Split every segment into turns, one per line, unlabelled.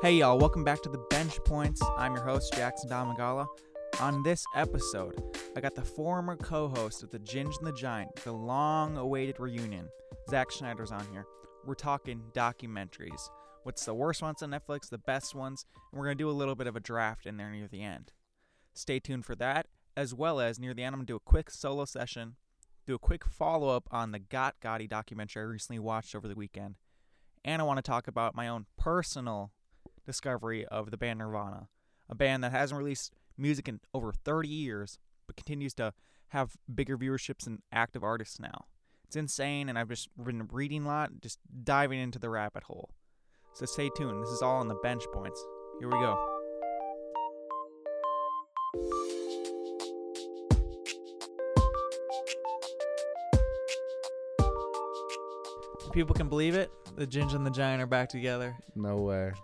Hey, y'all, welcome back to the Bench Points. I'm your host, Jackson Domagala. On this episode, I got the former co host of The Ginge and the Giant, the long awaited reunion. Zack Schneider's on here. We're talking documentaries. What's the worst ones on Netflix, the best ones, and we're going to do a little bit of a draft in there near the end. Stay tuned for that, as well as near the end, I'm going to do a quick solo session, do a quick follow up on the Got Gotti documentary I recently watched over the weekend. And I want to talk about my own personal discovery of the band Nirvana, a band that hasn't released music in over 30 years, but continues to have bigger viewerships and active artists now. It's insane, and I've just been reading a lot, just diving into the rabbit hole. So stay tuned. This is all on the bench points. Here we go. If people can believe it, the Ginger and the Giant are back together.
Nowhere.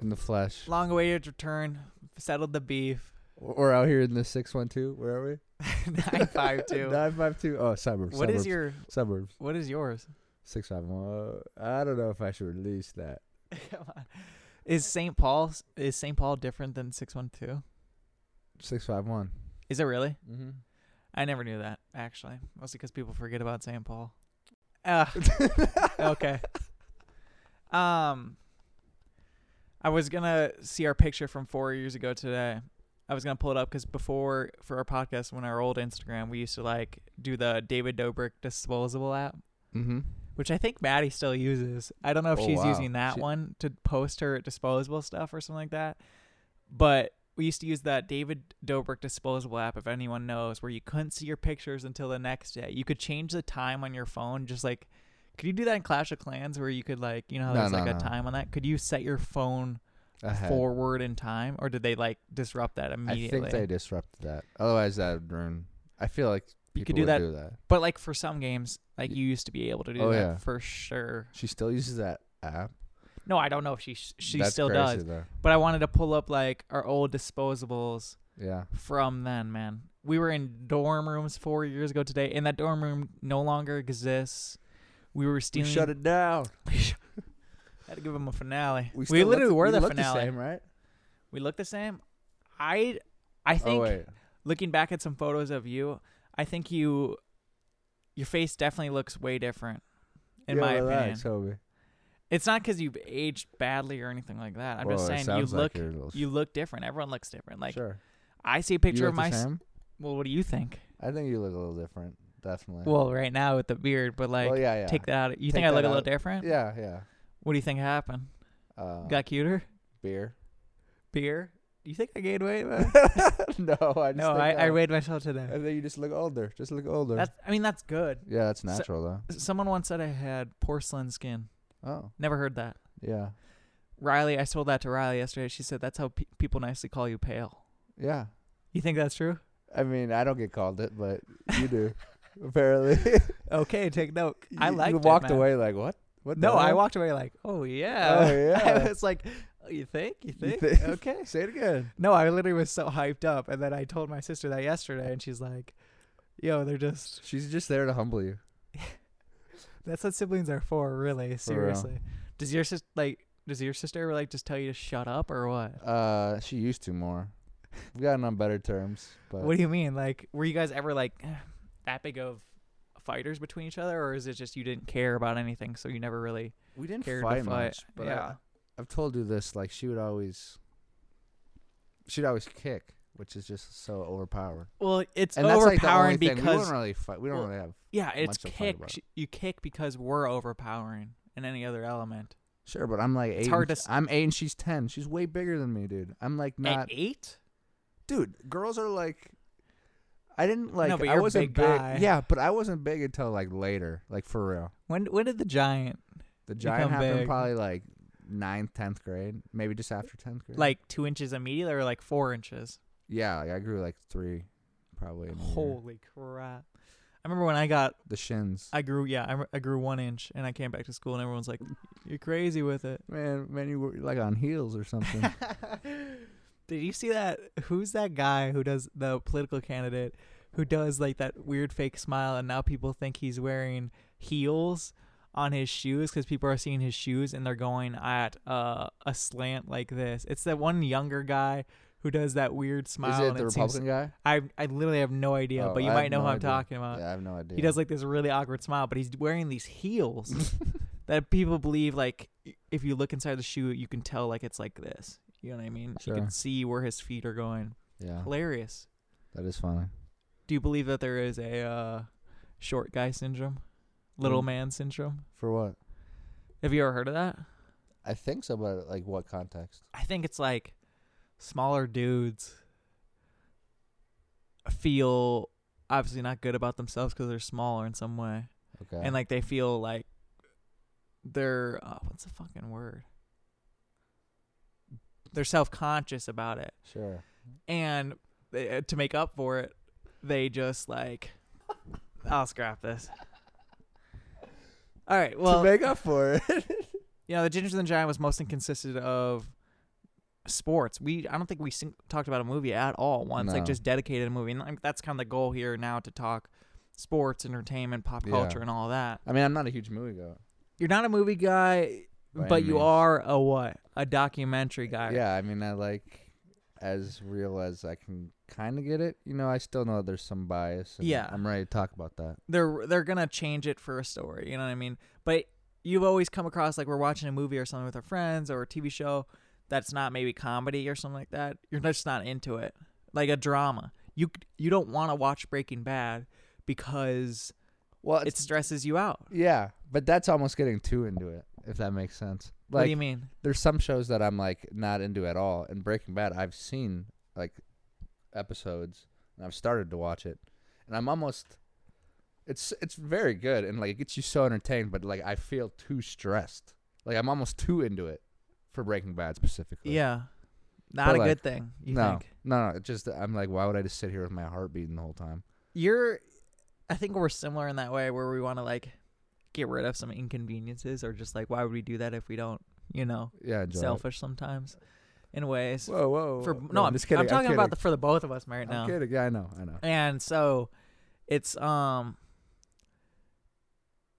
In the flesh.
Long awaited return. Settled the beef.
We're out here in the 612. Where are we?
Nine five two.
952. Oh, suburbs.
What
suburbs,
is your
Suburbs.
What is yours?
651. Uh, I don't know if I should release that.
Come on. Is Saint Paul is Saint Paul different than six one two?
651.
Is it really?
Mm-hmm.
I never knew that actually. Mostly because people forget about Saint Paul. Ah, okay. Um, I was gonna see our picture from four years ago today. I was gonna pull it up because before for our podcast, when our old Instagram, we used to like do the David Dobrik disposable app.
Mm-hmm.
which I think Maddie still uses. I don't know if
Oh,
she's
wow.
using that
She-
one to post her disposable stuff or something like that. But we used to use that David Dobrik disposable app, if anyone knows, where you couldn't see your pictures until the next day. You could change the time on your phone, just like. Could you do that in Clash of Clans where you could like you know how
No,
there's
no,
like a
no.
time on that? Could you set your phone forward in time, or did they like disrupt that
I
immediately?
think they disrupted that. Otherwise, that would ruin. I feel like people
You could do
would
that-
do that.
But like for some games, like
Y-
you used to be able to do
Oh,
that
yeah.
for sure.
She still uses that app.
No, I don't know if she sh- she
That's
still
crazy,
does.
Though.
But I wanted to pull up like our old disposables
Yeah.
from then, man. We were in dorm rooms four years ago today, and that dorm room no longer exists. We were
We
stealing.
shut it down.
Had to give them a finale. We,
still look
literally
the-
were
we
the
look
finale.
same, right?
We looked the same. I, I
Oh
think
wait.
looking back at some photos of you, I think you, your face definitely looks way different, in
Yeah,
my opinion.
relax, homie.
It's not because you've aged badly or anything like that. I'm just
Well, it
saying you
sounds like
look,
you're a little sh-
you look different. Everyone looks different. Like
sure.
I see a
You
picture
look
of
the
my.
same?
Well, what do you think?
I think you look a little different. Definitely.
Well, right now with the beard, but like,
well, yeah, yeah.
take that out. You
Take
think I look
that
a little
out.
different?
Yeah, yeah.
What do you think happened?
Uh,
Got cuter?
beer.
Beer? You think I gained weight? man?
no, I just
no,
think
I, I
that-
weighed myself
I
today.
think you just look older. Just look older.
That's. I mean, that's good.
yeah, that's
so-
natural
Someone once said I had porcelain skin.
though. Oh,
Never heard that.
yeah,
Riley, I told that to Riley yesterday. She said that's how pe- people nicely call you pale.
yeah.
You think that's true?
I mean, I don't get called it, but you do. apparently,
Okay, take note. I
You-
liked
You
it,
walked
man.
away like what? What? the
No, I
hell?
walked away like, oh yeah. I
yeah.
was like, oh, you think? You
You
think?
think-
Okay.
Say it again.
No, I literally was so hyped up, and then I told my sister that yesterday, and she's like, "Yo, they're just
She's just there to humble you.
that's what siblings are for, really.
For real.
Seriously." Does your sister like? Does your sister ever like just tell you to shut up or what?
Uh, she used to more. We've gotten on better terms, but
What do you mean? Like, were you guys ever like that big of fighters between each other, or is it just you didn't care about anything, so you never really?
we didn't
Cared to fight,
fight, much. But uh,
yeah.
I, I've told you this. Like she would always, she'd always kick, which is just so overpowered.
Well, it's
and that's like the
overpowering
only thing. we
because
don't really fight. We don't
Well,
really have
yeah, it's
much to fight
kick.
about.
Sh- You kick because we're overpowering in any other element.
sure, but I'm like eight.
It's hard
and-
to s-
I'm eight and she's ten. She's way bigger than me, dude. I'm like
At
not,
eight,
dude. Girls are like, I didn't like.
but
I
you're a
wasn't
big guy.
Yeah, but I wasn't big until like later, like for real.
when when did the giant
The
Become
giant happened
big.
probably like ninth, tenth grade, maybe just after tenth grade.
like two inches immediately or like four inches?
yeah, like, I grew like three, probably. in a year.
Holy crap! I remember when I got,
the shins.
I grew, yeah, I, re- I grew one inch, and I came back to school, and everyone's like, "You're crazy with it."
Man, man, you were like on heels or something.
Did you see that? Who's that guy who does the political candidate who does like that weird fake smile, and now people think he's wearing heels on his shoes because people are seeing his shoes and they're going at uh, a slant like this. It's that one younger guy who does that weird smile.
Is it
and
the
it seems-
Republican guy?
I I literally have no idea,
Oh,
but you
I
might
have
know
no
who I'm
idea.
talking about.
yeah, I have no idea.
He does like this really awkward smile, but he's wearing these heels that people believe like if you look inside the shoe, you can tell like it's like this. You know what I mean? You
Sure.
can see where his feet are going.
yeah,
Hilarious.
that is funny.
Do you believe that there is a uh, short guy syndrome, little
Mm.
man syndrome?
For what?
Have you ever heard of that?
I think so, but like what context?
I think it's like smaller dudes feel obviously not good about themselves because they're smaller in some way.
Okay.
and like they feel like they're uh, what's the fucking word they're self-conscious about it
sure.
and they, uh, to make up for it they just like i'll scrap this all right well
to make up for it.
you know the ginger and the giant was mostly consisted of sports we i don't think we sing- talked about a movie at all once like
No.
just dedicated a movie and like, that's kind of the goal here now to talk sports entertainment pop
Yeah.
culture and all that
I mean, I'm not a huge movie guy.
you're not a movie guy,
By
but
any
you
means.
are a what? A documentary guy.
Yeah, I mean, I like as real as I can kind of get it. You know, I still know there's some bias. And
Yeah.
I'm ready to talk about that.
They're they're gonna change it for a story. You know what I mean? But you've always come across like we're watching a movie or something with our friends or a TV show that's not maybe comedy or something like that. You're just not into it. Like a drama. You c- you don't want to watch Breaking Bad because
Well,
it
it's
stresses you out.
yeah, but that's almost getting too into it, if that makes sense.
what do
Like,
you mean?
there's some shows that I'm like not into at all. And Breaking Bad, I've seen like episodes and I've started to watch it, and I'm almost. It's it's very good and like it gets you so entertained, but like I feel too stressed. Like I'm almost too into it for Breaking Bad specifically.
Yeah, not a
like,
good thing. You
no,
think?
no, no. It just I'm like, why would I just sit here with my heart beating the whole time?
you're i think we're similar in that way where we want to like get rid of some inconveniences or just like why would we do that if we don't you know
Yeah, enjoy it.
selfish sometimes in ways
Whoa, whoa.
for
whoa.
no i'm,
just kidding.
I'm talking
kidding.
about the for the both of us right
I'm
now
kidding. Yeah, I know. I know.
and so it's um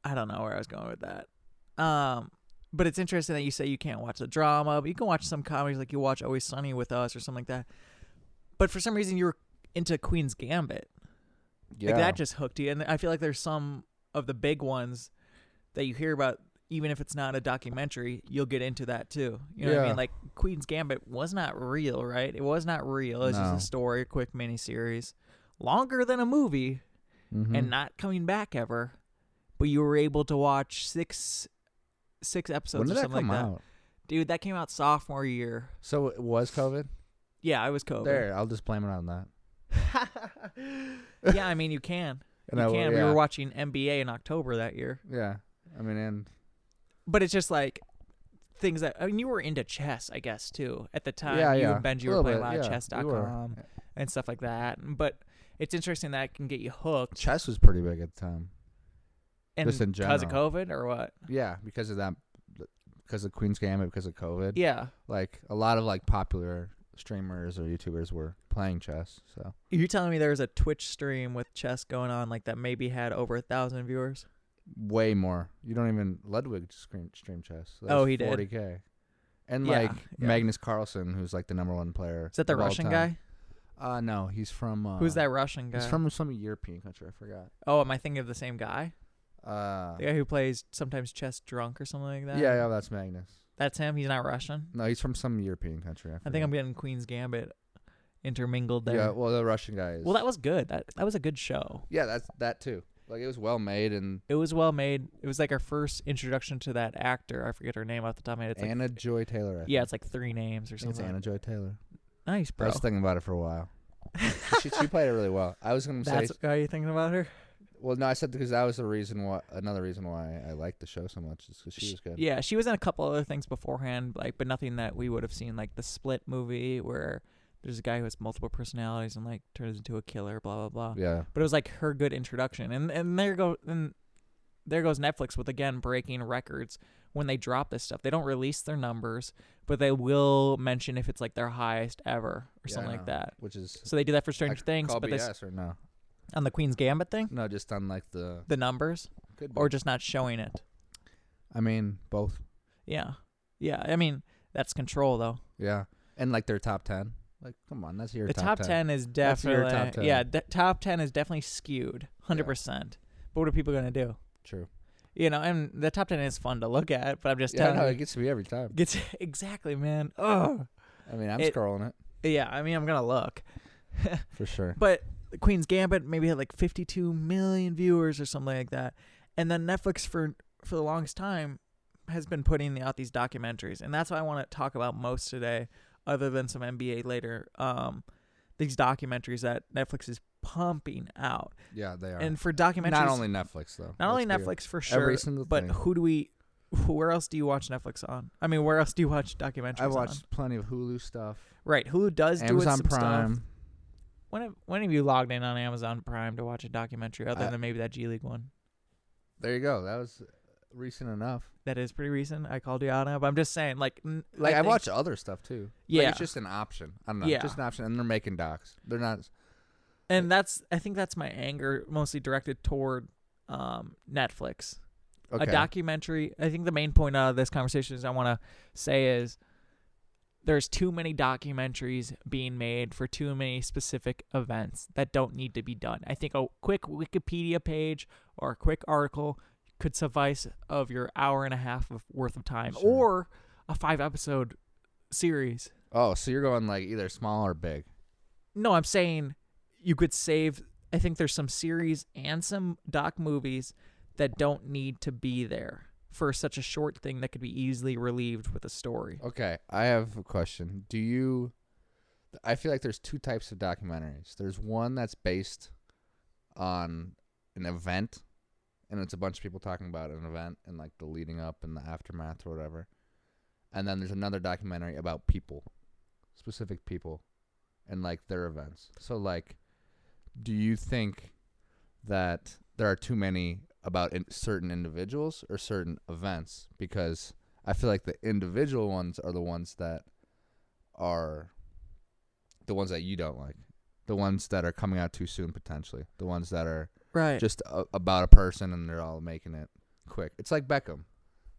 i don't know where i was going with that um but it's interesting that you say you can't watch the drama but you can watch some comedies like you watch always sunny with us or something like that but for some reason you were into queen's gambit
Yeah.
like that just hooked you. And I feel like there's some of the big ones that you hear about, even if it's not a documentary, you'll get into that too. You know what I
Yeah.
mean? Like Queen's Gambit was not real, right? It was not real. It's just
No.
a story, a quick miniseries, longer than a movie, and
Mhm.
not coming back ever. But you were able to watch six six episodes
when did
or
that
something
come
like
out?
that. Dude, that came out sophomore year.
So it was COVID.
Yeah, I was COVID.
There, I'll just blame it on that.
yeah, I mean you can.
And
you
I, will-
can.
Yeah.
We were watching NBA in October that year.
Yeah, I mean, and
but it's just like things that I mean you were into chess, I guess, too at the time.
Yeah,
you
yeah.
and Benji
A
were
little
playing
bit,
a lot of
yeah, we were.
chess.com and stuff like that. But it's interesting that it can get you hooked
chess was pretty big at the time.
and
just in
because of COVID or what?
Yeah, because of that, because of Queen's Gambit, because of COVID.
Yeah.
Like a lot of like popular streamers or YouTubers were playing chess. So
You're telling me there was a Twitch stream with chess going on like that maybe had over a thousand viewers?
way more. You don't even Ludwig stream stream chess. That
Oh,
was
he did.
40k. And
Yeah,
like
yeah.
Magnus Carlsen, who's like the number one player.
Is that the
of all
Russian
time.
guy?
Uh, no, he's from. Uh,
Who's that Russian guy?
He's from some European country. I forgot.
oh, am I thinking of the same guy?
Uh,
The guy who plays sometimes chess drunk or something like that?
yeah, yeah, Mm, that's Magnus.
That's him. He's not Russian.
No, he's from some European country.
I think I'm
forget.
getting Queen's Gambit intermingled there.
Yeah, well, the Russian guy is.
Well, that was good. That that was a good show.
yeah, that's that too. Like it was well made and
It was well made. It was like our first introduction to that actor. I forget her name off the top of my head. It's like,
Anna Joy Taylor. I
yeah,
think.
it's like three names or
I think it's
something.
Anna Joy Taylor.
Nice,
I
bro.
was thinking about it for a while. she, she played it really well. I was gonna
That's
say,
why you thinking about her.
well, no, I said because that was the reason why. Another reason why I liked the show so much is because she was good.
Yeah, she was in a couple other things beforehand, like but nothing that we would have seen, like the Split movie where there's a guy who has multiple personalities and like turns into a killer, blah blah blah.
Yeah.
But it was like her good introduction, and and there go and there goes Netflix with again breaking records when they drop this stuff. They don't release their numbers, but they will mention if it's like their highest ever or
Yeah, I
something like
know.
that.
Which is
So they do that for Stranger
I
Things,
call
but
BS
this
or no?
on the Queen's Gambit thing,
No, just on like the
the numbers
could be.
or just not showing it.
I mean, both.
Yeah. Yeah. I mean, that's control though.
Yeah, and like their top ten. Like, come on, that's your
the top, 10. is
That's your
definitely
top 10.
yeah. The top ten is definitely skewed, hundred percent. But what are people gonna do?
True.
You know, and the top ten is fun to look at, but I'm just
Yeah,
telling
no,
you,
it gets to me every time.
gets exactly, man. Oh,
I mean, I'm
It-
scrolling it
yeah. I mean, I'm gonna look,
for sure.
but the Queen's Gambit maybe had like 52 million viewers or something like that, and then Netflix for for the longest time has been putting out these documentaries, and that's what I want to talk about most today, other than some NBA later. Um, these documentaries that Netflix is pumping out,
Yeah, they are.
and for documentaries,
not only Netflix though.
not only
Let's be-
Netflix for sure,
Every single
but
thing.
who do we? Where else do you watch Netflix on? I mean, where else do you watch documentaries?
I
on?
watched plenty of Hulu stuff.
right. Hulu does do it
Amazon
some stuff.
Prime.
When have, when have you logged in on Amazon Prime to watch a documentary other
I-
than maybe that G League one?
There you go. That was recent enough.
That is pretty recent. I called you out on it, but I'm just saying, like, n-
Like I,
think-
watch other stuff too. like,
Yeah.
it's just an option. I don't know,
Yeah.
just an option. And they're making docs. They're not.
and that's I think that's my anger mostly directed toward um, Netflix.
Okay.
A documentary. I think the main point out of this conversation is I want to say is there's too many documentaries being made for too many specific events that don't need to be done. I think a quick Wikipedia page or a quick article could suffice of your hour and a half of worth of time
Sure.
or a five episode series.
oh, so you're going like either small or big.
No, I'm saying you could save. I think there's some series and some doc movies that don't need to be there for such a short thing that could be easily relieved with a story.
Okay, I have a question. Do you? I feel like there's two types of documentaries. There's one that's based on an event, and it's a bunch of people talking about an event and like the leading up and the aftermath or whatever. And then there's another documentary about people, specific people, and like their events. So like, do you think that there are too many about in- certain individuals or certain events? Because I feel like the individual ones are the ones that are the ones that you don't like. The ones that are coming out too soon potentially. The ones that are
Right.
just a, about a person and they're all making it quick. It's like Beckham,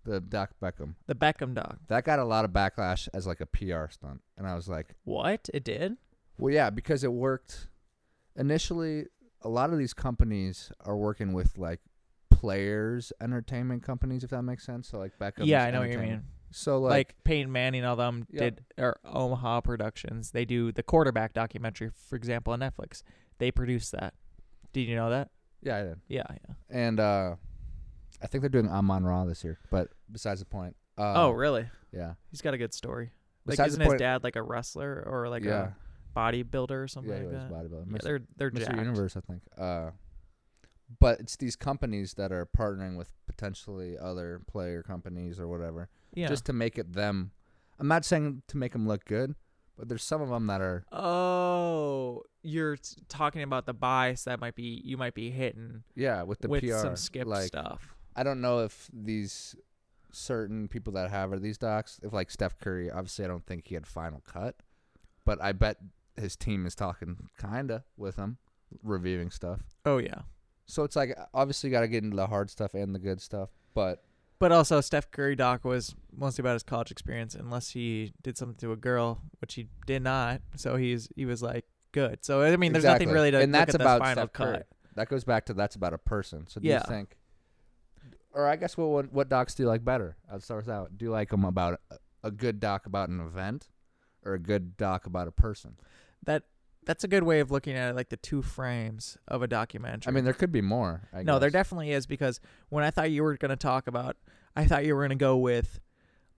the Doc Beckham.
the Beckham doc.
That got a lot of backlash as like a PR stunt, and I was like,
What it did?
well, yeah, because it worked. Initially, a lot of these companies are working with like players, entertainment companies, if that makes sense. So like Beckham.
yeah, I know what you mean.
So
Like,
like
Peyton Manning, all them
Yeah.
did or Omaha Productions. They do the quarterback documentary, for example, on Netflix. They produce that. Did you know that?
Yeah, I did.
Yeah, yeah.
And uh, I think they're doing Amon Ra this year. But besides the point. Uh,
oh, really?
yeah.
He's got a good story. Like,
Besides
isn't
the
his
point,
dad like a wrestler or like
yeah,
a bodybuilder or something
yeah, he
like that?
was bodybuilder.
Yeah,
Mr.
they're they're
Mr.
jacked.
Universe, I think. Uh, but it's these companies that are partnering with potentially other player companies or whatever,
Yeah.
just to make it them. I'm not saying to make them look good, but there's some of them that are
oh, you're t- talking about the bias that might be you might be hitting
yeah with the
with
PR
some skip
like,
stuff.
I don't know if these certain people that have are these docs. If like Steph Curry, obviously I don't think he had final cut, but I bet his team is talking kinda with him, reviewing stuff.
Oh yeah.
So it's like uh, obviously you got to get into the hard stuff and the good stuff, but
But also, Steph Curry doc was mostly about his college experience, unless he did something to a girl, which he did not. So he's he was like good. So I mean, there's nothing
Exactly.
really to
and
look
that's
at the
about
final
Steph
cut.
Curry. That goes back to that's about a person. So do
Yeah.
you think? Or I guess what- what what docs do you like better? I'll start with that. Do you like them about a, a good doc about an event, or a good doc about a person?
That that's a good way of looking at it, like the two frames of a documentary.
I mean, there could be more. I
no, there
guess.
definitely is because when I thought you were going to talk about, I thought you were going to go with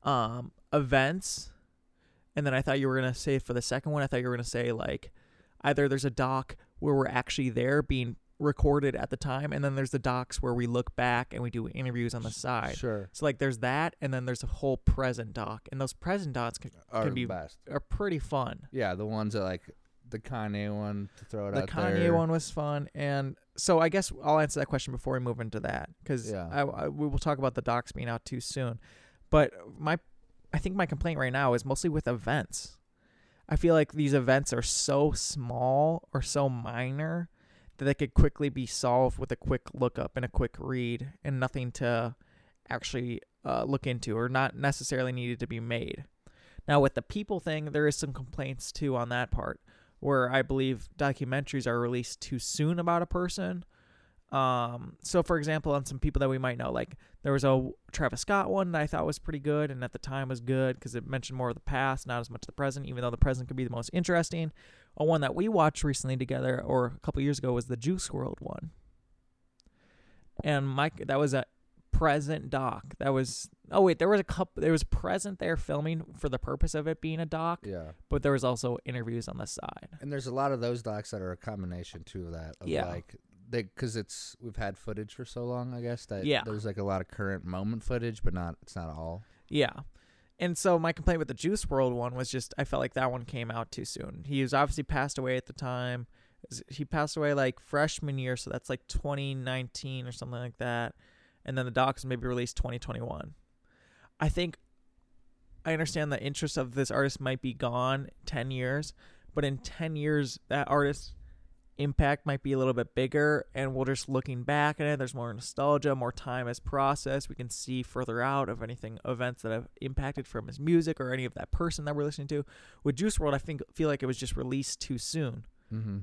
um, events, and then I thought you were going to say for the second one, I thought you were going to say like either there's a doc where we're actually there being recorded at the time, and then there's the docs where we look back and we do interviews on the side.
sure
So like there's that, and then there's a whole present doc, and those present docs can,
are
be
the best.
are pretty fun.
Yeah, the ones that like the Kanye one to throw it
the
out
Kanye
there.
one was fun, and so I guess I'll answer that question before we move into that because
Yeah.
I, I- we will talk about the docs being out too soon. But my, I think my complaint right now is mostly with events. I feel like these events are so small or so minor that they could quickly be solved with a quick lookup and a quick read, and nothing to actually uh, look into or not necessarily needed to be made. Now, with the people thing, there is some complaints too on that part, where I believe documentaries are released too soon about a person. Um, so, for example, on some people that we might know, like there was a Travis Scott one that I thought was pretty good and at the time was good because it mentioned more of the past, not as much the present, even though the present could be the most interesting. A one that we watched recently together or a couple years ago was the Juice World one. And Mike, that was a present doc. That was oh wait, there was a couple. There was present there filming for the purpose of it being a doc,
Yeah.
but there was also interviews on the side.
And there's a lot of those docs that are a combination too of that. Of
Yeah.
Like they because it's we've had footage for so long, I guess that
Yeah.
there's like a lot of current moment footage, but not it's not all.
Yeah. And so my complaint with the Juice World one was just I felt like that one came out too soon. He was obviously passed away at the time. Is- He passed away like freshman year, so that's like 2019 or something like that. And then the docs maybe released 2021. I think I understand the interest of this artist might be gone 10 years, but in 10 years that artist's impact might be a little bit bigger and we're just looking back at it there's more nostalgia more time has processed we can see further out of anything events that have impacted from his music or any of that person that we're listening to with juice world i think feel like it was just released too soon
Mm-hmm.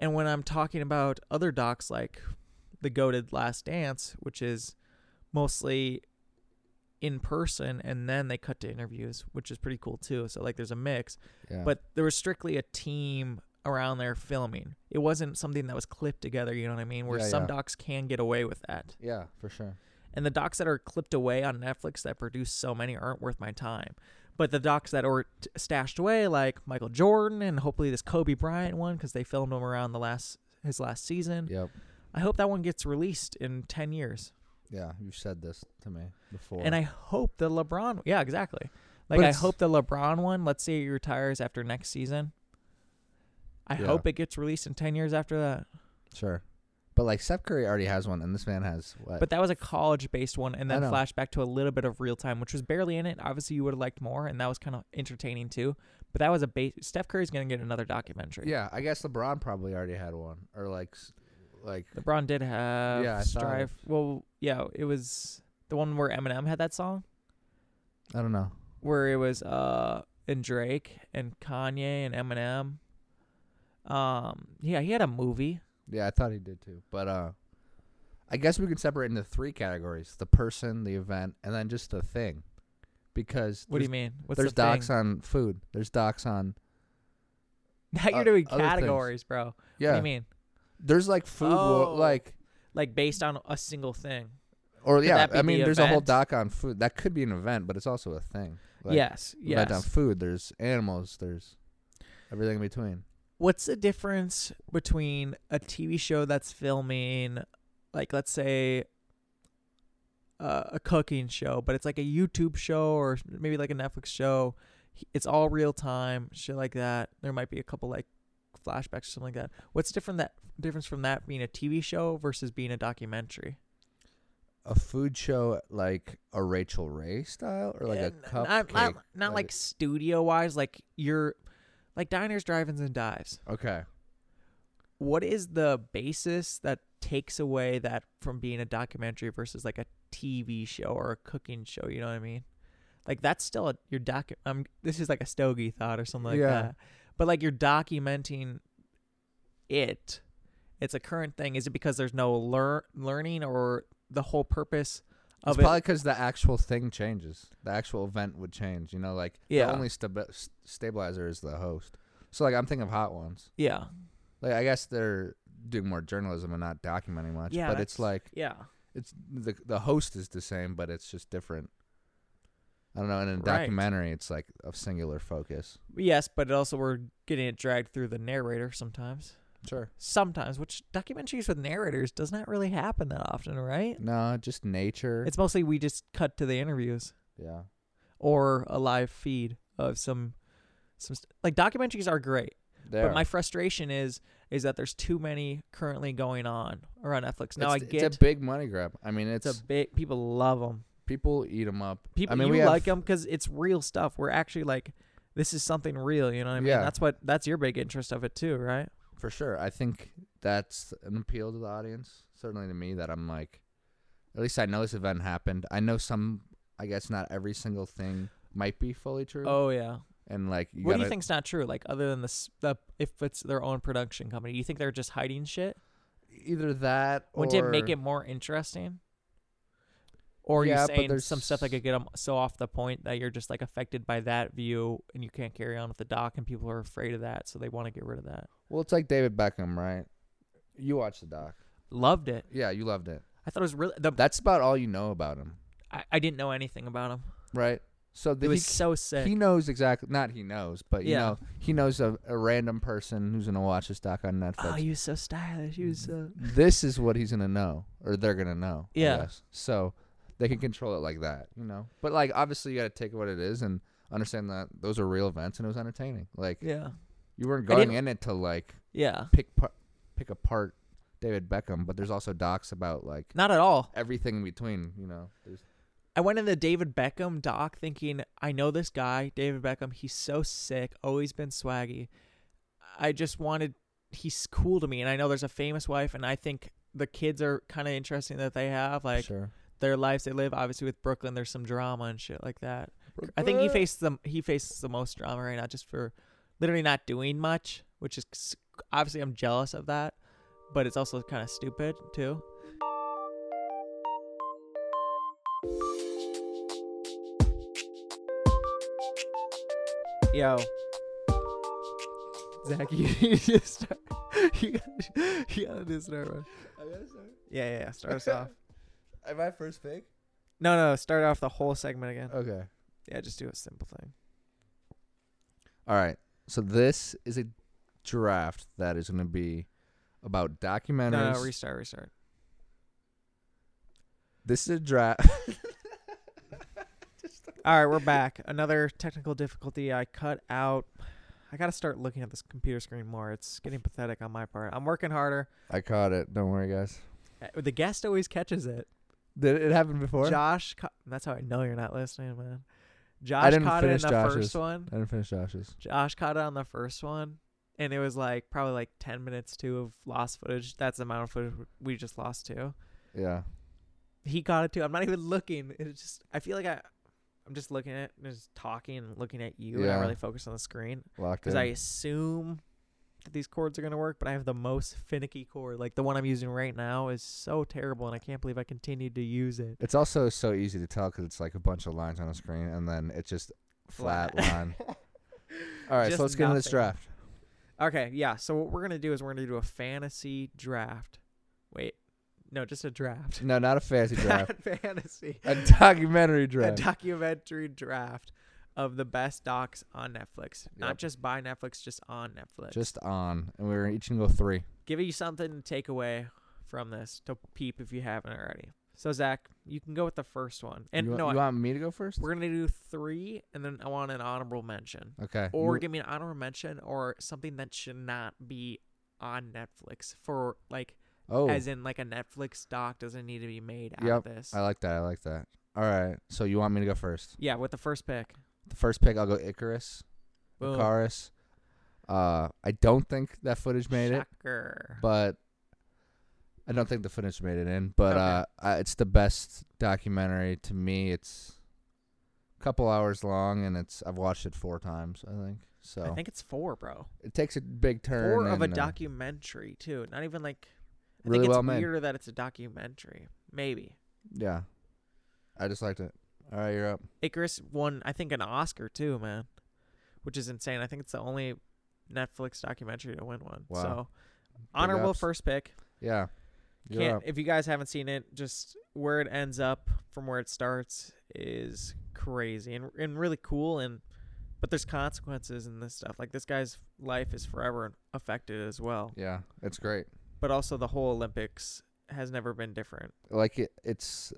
and when I'm talking about other docs like The Goaded Last Dance, which is mostly in person and then they cut to interviews, which is pretty cool too. So like there's a mix,
Yeah.
but there was strictly a team around there filming. It wasn't something that was clipped together, you know what I mean? Where
Yeah,
some
yeah.
docs can get away with that.
yeah, for sure.
And the docs that are clipped away on Netflix that produce so many aren't worth my time. But the docs that are t- stashed away, like Michael Jordan and hopefully this Kobe Bryant one, because they filmed him around the last his last season.
Yep.
I hope that one gets released in ten years.
Yeah, you've said this to me before.
And I hope the LeBron, yeah, exactly. Like
But
I
it's-
hope the LeBron one. Let's say he retires after next season. I
Yeah.
hope it gets released in ten years after that.
sure. But like Steph Curry already has one, and this man has what?
But that was a college based one and
I
then
know.
flashback to a little bit of real time, which was barely in it. Obviously you would have liked more and that was kind of entertaining too. But that was a base Steph Curry's gonna get another documentary.
yeah, I guess LeBron probably already had one, or like, s- like
LeBron did have
Yeah, I saw it.
Strive. Well, yeah, it was the one where Eminem had that song
I don't know.
where it was uh and Drake and Kanye and Eminem. Um yeah, he had a movie.
Yeah, I thought he did too. But uh I guess we could separate into three categories: the person, the event, and then just the thing. Because
What do
there's,
you mean? What's
there's
the
docs
thing?
on food. There's docs on
Now you're
uh,
doing
other things.
categories, bro.
yeah.
What do you mean?
There's like food, wo-
Oh.
like
Like based on a single thing.
or
Could
yeah.
that be
I mean,
the
there's a whole
event?
doc on food that could be an event, but it's also a thing. Like,
yes. Yes.
Event on food. There's animals. There's everything in between.
What's the difference between a TV show that's filming, like let's say, uh, a cooking show, but it's like a YouTube show or maybe like a Netflix show? H- It's all real time, shit like that. There might be a couple like flashbacks or something like that. What's different that difference from that being a TV show versus being a documentary?
A food show like a Rachel Ray style, or like
Yeah,
a
n- not-
cupcake.
not, not
like
like studio wise, like you're like diners, drive-ins, and dives.
okay.
what is the basis that takes away that from being a documentary versus like a TV show or a cooking show? You know what I mean? Like that's still a, your doc. Um, this is like a stogie thought or something like
Yeah.
that. But like you're documenting it. It's a current thing. Is it because there's no lear- learning or the whole purpose of
It's
it?
probably because the actual thing changes. The actual event would change. You know, like
Yeah.
the only stabi- s- stabilizer is the host. So like I'm thinking of hot ones.
yeah,
Like I guess they're doing more journalism and not documenting much.
Yeah,
but it's
that's-
like
yeah.
it's the the host is the same, but it's just different. I don't know. And in a
Right.
documentary, it's like a singular focus.
Yes, but it also we're getting it dragged through the narrator sometimes.
Sure.
Sometimes, which documentaries with narrators does not really happen that often, right?
No, just nature.
It's mostly we just cut to the interviews
yeah.
or a live feed of some some st- like documentaries are great,
There.
but my frustration is is that there's too many currently going on or on Netflix. Now I
It's-
get
it's a big money grab. I mean, it's,
big people love them.
people eat them up.
People
I mean,
you
we have,
like them because it's real stuff. We're actually like this is something real. You know what I mean?
Yeah.
That's what that's your big interest of it too, right?
for sure. I think that's an appeal to the audience, certainly to me, that I'm like, at least I know this event happened. I know some I guess not every single thing might be fully true.
Oh yeah.
And like, you
what do
gotta-
you think's not true? Like other than the, s- the if it's their own production company, do you think they're just hiding shit?
Either that or
Wouldn't it make it more interesting? Or
Yeah,
you're
but
saying
there's-
some stuff that could get them so off the point that you're just like affected by that view and you can't carry on with the doc and people are afraid of that, so they want to get rid of that.
Well, it's like David Beckham, right? You watched the doc.
Loved it.
Yeah, you loved it.
I thought it was really. The,
That's about all you know about him,
I, I didn't know anything about him.
right? So the,
It was
he,
so sick.
he knows exactly. Not he knows, but you
Yeah.
know, he knows a, a random person who's gonna watch this doc on Netflix.
oh, he was so stylish. He
Mm.
was so.
this is what he's gonna know, or they're gonna know. I
Yeah.
guess. So they can control it like that, you know. But like, obviously, you gotta take what it is and understand that those are real events, and it was entertaining. Like
Yeah.
you weren't
I
going
didn't-
in it to like
Yeah.
pick par- pick apart David Beckham, but there's also docs about like
Not at all.
everything in between, you know. There's,
I went in the David Beckham doc thinking, I know this guy, David Beckham. He's so sick, always been swaggy. I just wanted, he's cool to me. And I know there's a famous wife, and I think the kids are kind of interesting that they have, like
sure.
their lives they live. Obviously, with Brooklyn, there's some drama and shit like that. I think he
Uh.
faced the he faces the most drama right now, just for literally not doing much, which is s- obviously I'm jealous of that, but it's also kind of stupid too.
Yo,
Zach, you you just start, you gotta, you gotta do start one.
yeah, yeah, yeah. Start us off.
Am I first pick?
No, no, start off the whole segment again.
Okay.
Yeah, just do a simple thing.
All right. So this is a draft that is going to be about documentaries.
No, no, restart, restart.
this is a draft.
All right, we're back. Another technical difficulty. I cut out. I gotta start looking at this computer screen more. It's getting pathetic on my part. I'm working harder.
I caught it. Don't worry, guys.
Uh, The guest always catches it.
Did it happen before?
Josh, ca-
That's how I know you're not listening, man. Josh
I didn't
caught it in
finish
the
Josh's.
first one.
I didn't finish Josh's.
Josh caught it on the first one, and it was like probably like ten minutes too of lost footage. That's the amount of footage we just lost too.
Yeah.
He caught it too. I'm not even looking. It's just I feel like I, I'm just looking at just talking and looking at you. And I
Yeah.
really focus on the screen
Locked
because
in.
I assume that these chords are gonna work. But I have the most finicky chord. Like the one I'm using right now is so terrible, and I can't believe I continued to use it.
It's also so easy to tell because it's like a bunch of lines on a screen, and then it's just flat line. All right,
Just
so let's get into this
nothing.
draft.
Okay, yeah. So what we're gonna do is we're gonna do a fantasy draft. Wait, no, just a draft.
No, not a fancy draft.
Not fantasy.
a documentary
A
draft.
documentary draft of the best docs on Netflix.
Yep.
Not just by Netflix, just on Netflix.
Just on, and we were each gonna go three.
give you something to take away from this to peep if you haven't already. So Zach, you can go with the first one. And
you, wa-
no,
you
I-
want me to go first?
we're gonna do three, and then I want an honorable mention,
Okay.
or
you,
give me an honorable mention, or something that should not be on Netflix for like
oh,
as in like a Netflix doc doesn't need to be made out
Yep,
of this.
I like that. I like that. All right. So you want me to go first?
yeah, with the first pick.
The first pick, I'll go Icarus.
Boom.
Icarus. Uh, I don't think that footage made it,
Shocker.
but I don't think the footage made it in. But
Okay.
uh, I, it's the best documentary to me. It's a couple hours long, and it's I've watched it four times. I think so.
I think it's four, bro.
it takes a big uh, turn.
Four of a
and, uh,
documentary too. Not even like. I
really
think it's
well made.
weirder that it's a documentary. Maybe
Yeah, I just liked it. All right, you're up.
Icarus won, I think, an Oscar too, man, which is insane. I think it's the only Netflix documentary to win one.
Wow.
So honorable
ups.
first pick.
Yeah, you're
Can't
up.
if you guys haven't seen it, just where it ends up from where it starts is crazy and and really cool and but there's consequences in this stuff. Like this guy's life is forever affected as well.
Yeah, it's great.
But also the whole Olympics has never been different.
like it, it's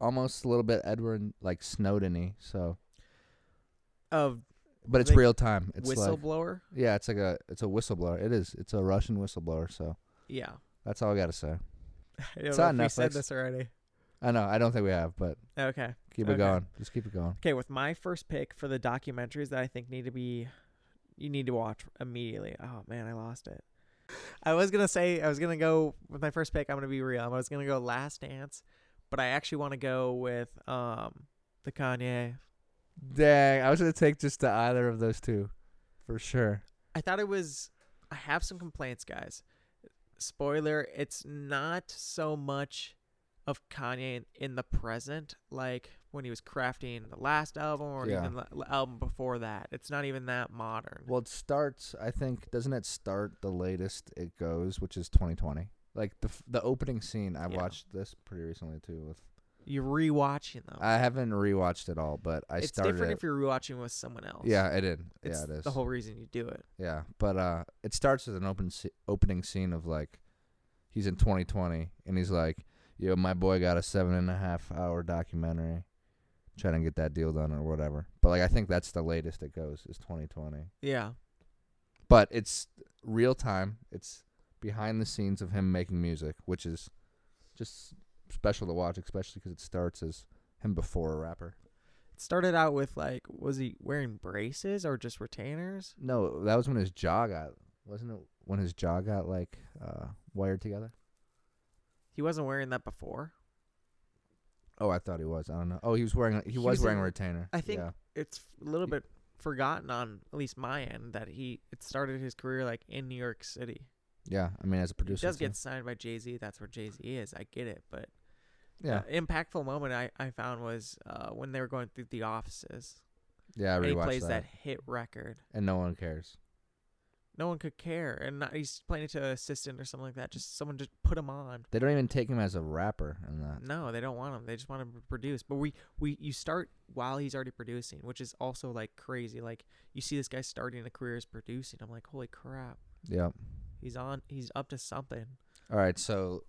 almost a little bit Edward like Snowdeny. So,
Of
but it's
Like
real time. It's like
whistleblower?
yeah, it's like a it's a whistleblower. It is. It's a Russian whistleblower. So
yeah.
that's all I gotta say.
I don't
It's
know
on
if we said
Netflix.
this already.
I know. I don't think we have, but
Okay.
keep it
Okay.
going. Just keep it going.
Okay, with my first pick for the documentaries that I think need to be you need to watch immediately. Oh man, I lost it. I was gonna say I was gonna go with my first pick, I'm gonna be real. I was gonna go last dance, but I actually wanna go with um the Kanye.
Dang, I was gonna take just the either of those two, for sure.
I thought it was. I have some complaints, guys. Spoiler: It's not so much of Kanye in, in the present, like when he was crafting the last album or
Yeah.
even the l- album before that. It's not even that modern.
Well, it starts. I think doesn't it start the latest it goes, which is 2020. Like the f- the opening scene. I
Yeah.
watched this pretty recently too. With
you're rewatching them.
I haven't rewatched it all, but I
it's
started.
different
it.
if you're rewatching with someone else.
yeah, it did.
it's
yeah, it is.
the whole reason you do it.
yeah, but uh, it starts with an open se- opening scene of like, he's in 2020 and he's like, "Yo, my boy got a seven and a half hour documentary, trying to get that deal done or whatever." But like, I think that's the latest it goes is 2020.
Yeah,
but it's real time. It's behind the scenes of him making music, which is just special to watch, especially because it starts as him before a rapper.
it started out with like, was he wearing braces or just retainers?
No, that was when his jaw got, wasn't it? When his jaw got like uh, wired together.
He wasn't wearing that before.
Oh, I thought he was. I don't know. Oh, he was wearing. He,
He
was,
was
wearing
in-
a retainer.
I think
Yeah.
it's a little bit forgotten on at least my end that he it started his career like in New York City.
Yeah, I mean, as a
He
producer.
does
too.
get signed by Jay Z. That's where Jay Z is. I get it, but
yeah,
the impactful moment I I found was uh, when they were going through the offices.
yeah. I
and he
rewatched
plays
that.
that. hit record.
and no one cares.
No one could care, and not, he's playing it to an assistant or something like that. Just someone just put him on.
They don't even take him as a rapper in that.
No, they don't want him. They just want him to produce. But we we you start while he's already producing, which is also like crazy. Like you see this guy starting a career as producing. I'm like, holy crap,
Yeah.
he's on. He's up to something.
All right. So,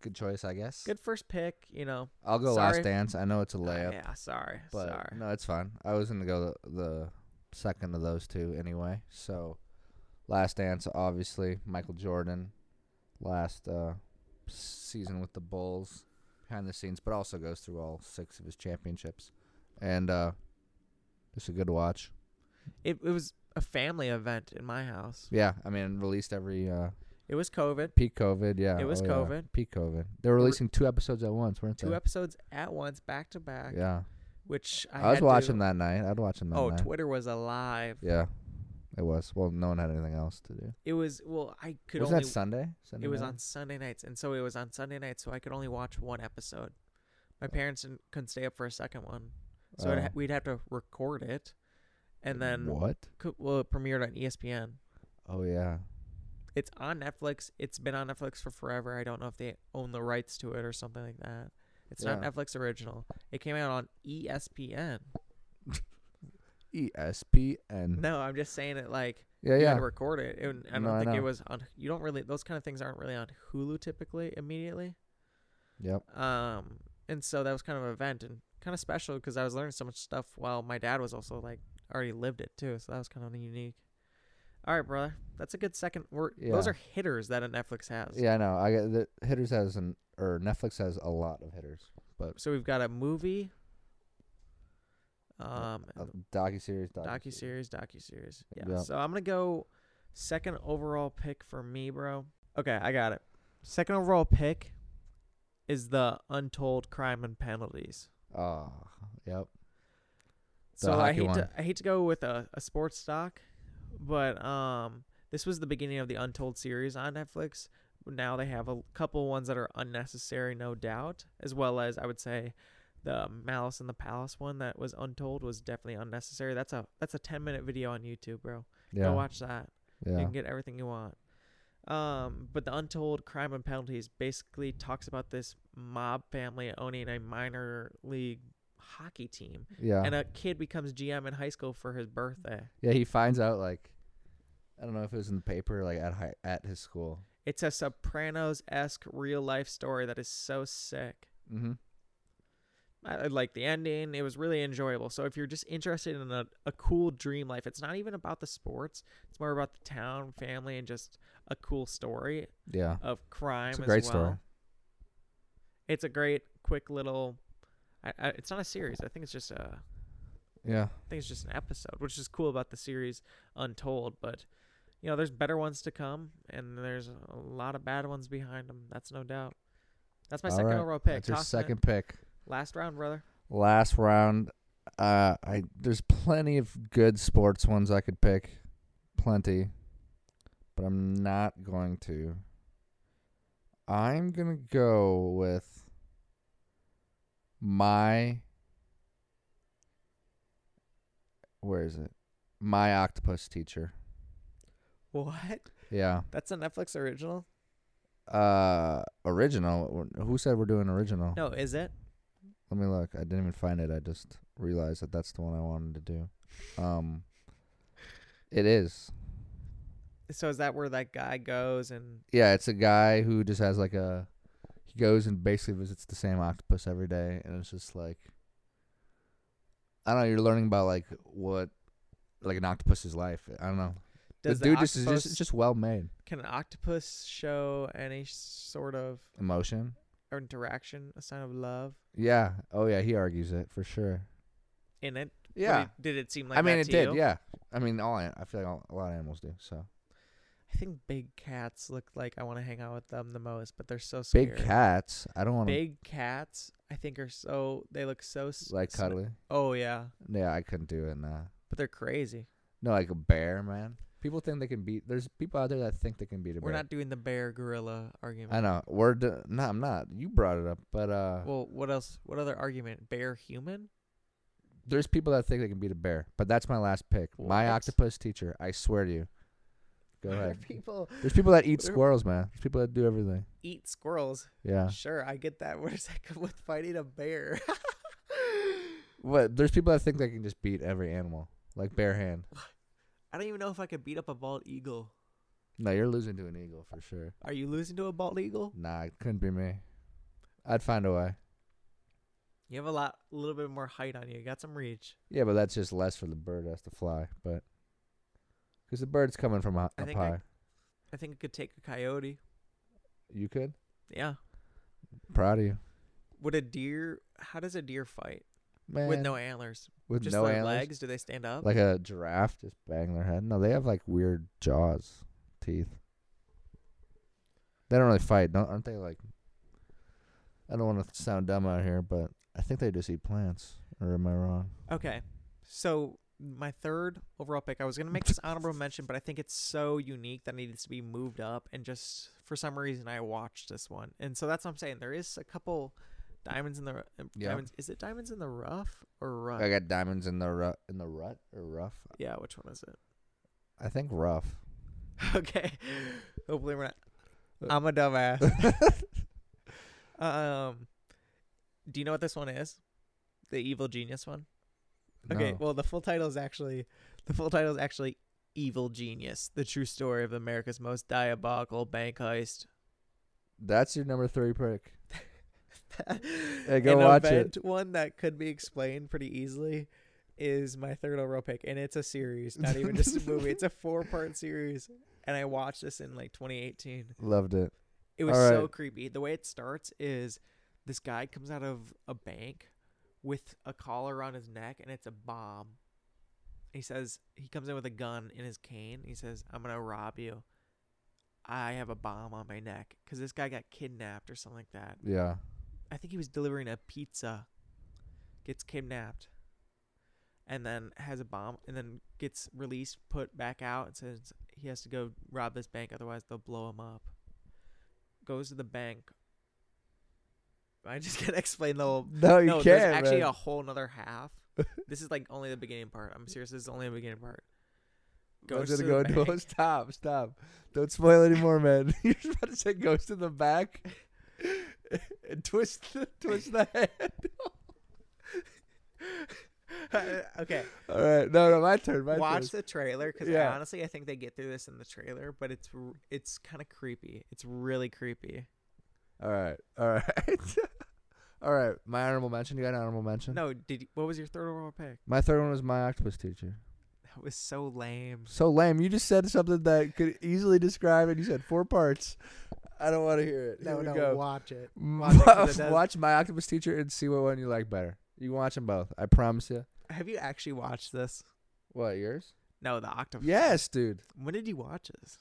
good choice, I guess.
Good first pick, you know.
I'll go last
Sorry.
dance. I know it's a
Ah,
layup.
yeah, sorry,
But
sorry.
no, it's fine. I was gonna go the, the second of those two anyway. So, Last Dance, obviously, Michael Jordan, last uh, season with the Bulls, behind the scenes, but also goes through all six of his championships, and uh, it's a good watch.
It it was a family event in my house.
Yeah, I mean, released every uh,
It was COVID.
peak COVID. Yeah,
It was
oh, yeah,
COVID.
Peak COVID. They were
Re-
releasing two episodes at once, weren't
Two
they?
episodes at once, back to back.
yeah,
Which I,
I, was
had
watching
to,
that night. I'd watching that
Oh,
night.
Twitter was alive.
yeah, it was. Well, no one had anything else to do.
It was well, I could
was
only
that Sunday? Sunday
it was
night?
on Sunday nights, and so it was on Sunday nights, so I could only watch one episode. My parents didn't, couldn't stay up for a second one, so I'd ha-
Oh.
we'd have to record it, and then
what?
cou- well, it premiered on E ESPN.
Oh yeah,
It's on Netflix. It's been on Netflix for forever. I don't know if they own the rights to it or something like that. It's not
Yeah.
an Netflix original. It came out on E ESPN.
E ESPN.
No, I'm just saying it like
Mm. yeah,
you had
yeah.
to record it. and I don't
No, I
think it
know.
was on. You don't really. Those kind of things aren't really on Hulu typically immediately.
Yep.
Um, and so that was kind of an event and kind of special because I was learning so much stuff while my dad was also like already lived it too. So that was kind of unique. All right, brother. That's a good second. We're, Those
Yeah.
are hitters that a Netflix has.
Yeah, I know. I got the hitters has an or Netflix has a lot of hitters.
So we've got a movie, um,
Uh, docu series,
docu series, docu series. Yeah.
Yeah.
So I'm gonna go second overall pick for me, bro. Okay, I got it. Second overall pick is the Untold Crime and Penalties.
Oh, yep. The
So I
hockey
hate
one.
to I hate to go with a, a sports stock, but um this was the beginning of the Untold series on Netflix. Now they have a couple ones that are unnecessary, no doubt, as well as I would say the Malice in the Palace one that was Untold was definitely unnecessary. That's a that's a ten minute video on YouTube, bro.
Yeah.
Go watch that. You
yeah.
can get everything you want. Um, but the Untold Crime and Penalties basically talks about this mob family owning a minor league hockey team
Yeah.
and a kid becomes GM in high school for his birthday.
yeah. He finds out like, I don't know if it was in the paper like at hi- at his school.
It's a Sopranos esque real life story that is so sick.
Mm-hmm.
I, I like the ending. It was really enjoyable. So if you're just interested in a, a cool dream life, it's not even about the sports. It's more about the town, family, and just a cool story
Yeah.
of crime.
It's a
as
great
well.
story.
It's a great, quick little. I, I, it's not a series. I think it's just a.
Yeah.
I think it's just an episode, which is cool about the series Untold. But you know, there's better ones to come, and there's a lot of bad ones behind them. That's no doubt. That's my
All
second
right.
overall pick.
That's your
Tossing it.
second pick.
last round, brother.
last round. Uh, I there's plenty of good sports ones I could pick, plenty, but I'm not going to. I'm gonna go with my. Where is it? My octopus teacher.
What?
Yeah.
That's a Netflix original?
Uh, original. Who said we're doing original?
No, is it?
Let me look. I didn't even find it. I just realized that that's the one I wanted to do. Um, it is.
So is that where that guy goes and
Yeah, it's a guy who just has like a. He goes and basically visits the same octopus every day, and it's just like. I don't know. You're learning about like what, like an octopus's life. I don't know.
does
the dude
the
just is just
octopus-
it's just well made.
can an octopus show any sort of
Emotion.
interaction, a sign of love
Yeah. Oh yeah. He argues it for sure.
in it? What
Yeah.
did- Did it seem like
I mean,
that
it
to
did.
you?
Yeah. I mean, all an- I feel like all, a lot of animals do. So
I think big cats look like I want to hang out with them the most, but they're so scary.
big cats. I don't want to
Big cats, I think, are so they look so s-
like
sna-
cuddly.
Oh yeah,
Yeah, I couldn't do it. Nah.
but they're crazy.
No, like a bear, man. People think they can beat. There's people out there that think they can beat a
We're
bear.
not doing the bear gorilla argument.
I know. We're d- no, I'm not. You brought it up, but uh,
Well, what else? What other argument? Bear human?
there's people that think they can beat a bear. But that's my last pick. My
What?
octopus teacher. I swear to you. Go
Where
ahead.
People
There's people that eat
Where-
squirrels, man. There's people that do everything.
eat squirrels.
Yeah.
Sure, I get that. Where does that come with fighting a bear?
What? There's people that think they can just beat every animal, like bare hand.
I don't even know if I could beat up a bald eagle.
No, you're losing to an eagle for sure.
Are you losing to a bald eagle?
Nah, it couldn't be me. I'd find a way.
You have a lot, a little bit more height on you. You got some reach.
Yeah, but that's just less for the bird that has to fly, but because the bird's coming from up,
I
up
think I-
high.
I think I could take a coyote.
You could.
Yeah.
Proud of you,
Would a deer? How does a deer fight
man.
with no antlers?
with
Just
no
their
antlers?
legs? Do they stand up?
like a giraffe, just bang their head. No, they have like weird jaws, teeth. They don't really fight, don't aren't they? Like, I don't want to sound dumb out here, but I think they just eat plants. Or am I wrong?
Okay. So my third overall pick, I was gonna make this honorable mention, but I think it's so unique that it needs to be moved up and just for some reason I watched this one. And so that's what I'm saying. There is a couple diamonds in the r- uh,
Yeah.
diamonds is it diamonds in the rough or rough?
I got diamonds in the rut, in the rut or rough.
Yeah, which one is it?
I think rough.
okay. Hopefully we're not
Uh,
I'm a dumbass. um do you know what this one is? The evil genius one? Okay,
No.
well the full title is actually the full title is actually Evil Genius: The True Story of America's Most Diabolical Bank Heist.
that's your number three pick.
hey,
go watch it.
One that could be explained pretty easily is my third overall pick, and it's a series, not even just a movie. It's a four-part series, and I watched this in like 2018.
Loved it.
It was
All
so
right.
creepy. The way it starts is this guy comes out of a bank with a collar around his neck and it's a bomb. He says he comes in with a gun in his cane. He says, "I'm going to rob you. I have a bomb on my neck cuz this guy got kidnapped or something like that.
Yeah.
I think he was delivering a pizza. Gets kidnapped. And then has a bomb and then gets released, put back out and says he has to go rob this bank otherwise they'll blow him up goes to the bank. I just can't explain the whole.
No, you
no,
can't.
there's actually
man.
a whole nother half. this is like only the beginning part. I'm serious. This is only the beginning part.
Goes
Goes to
to
the
go into
bank.
stop, stop. Don't spoil anymore, man. You're just about to say goes to the back and twist the twist the head.
okay,
All right. No, no, my turn. My
watch
turn.
the trailer because
Yeah.
honestly, I think they get through this in the trailer, but it's r- it's kind of creepy. It's really creepy.
All right. All right. all right. My honorable mention. You got an honorable mention?
No, did you, what was your third overall pick?
My third one was my octopus teacher.
That was so lame.
So lame. You just said something that could easily describe it. You said four parts. I don't want to hear it. Here we go.
watch it. Watch
Watch,
it 'cause it does-
watch my octopus teacher and see what one you like better. You can watch them both. I promise you.
Have you actually watched this?
What yours?
No, the Octopus.
Yes, dude.
When did you watch this?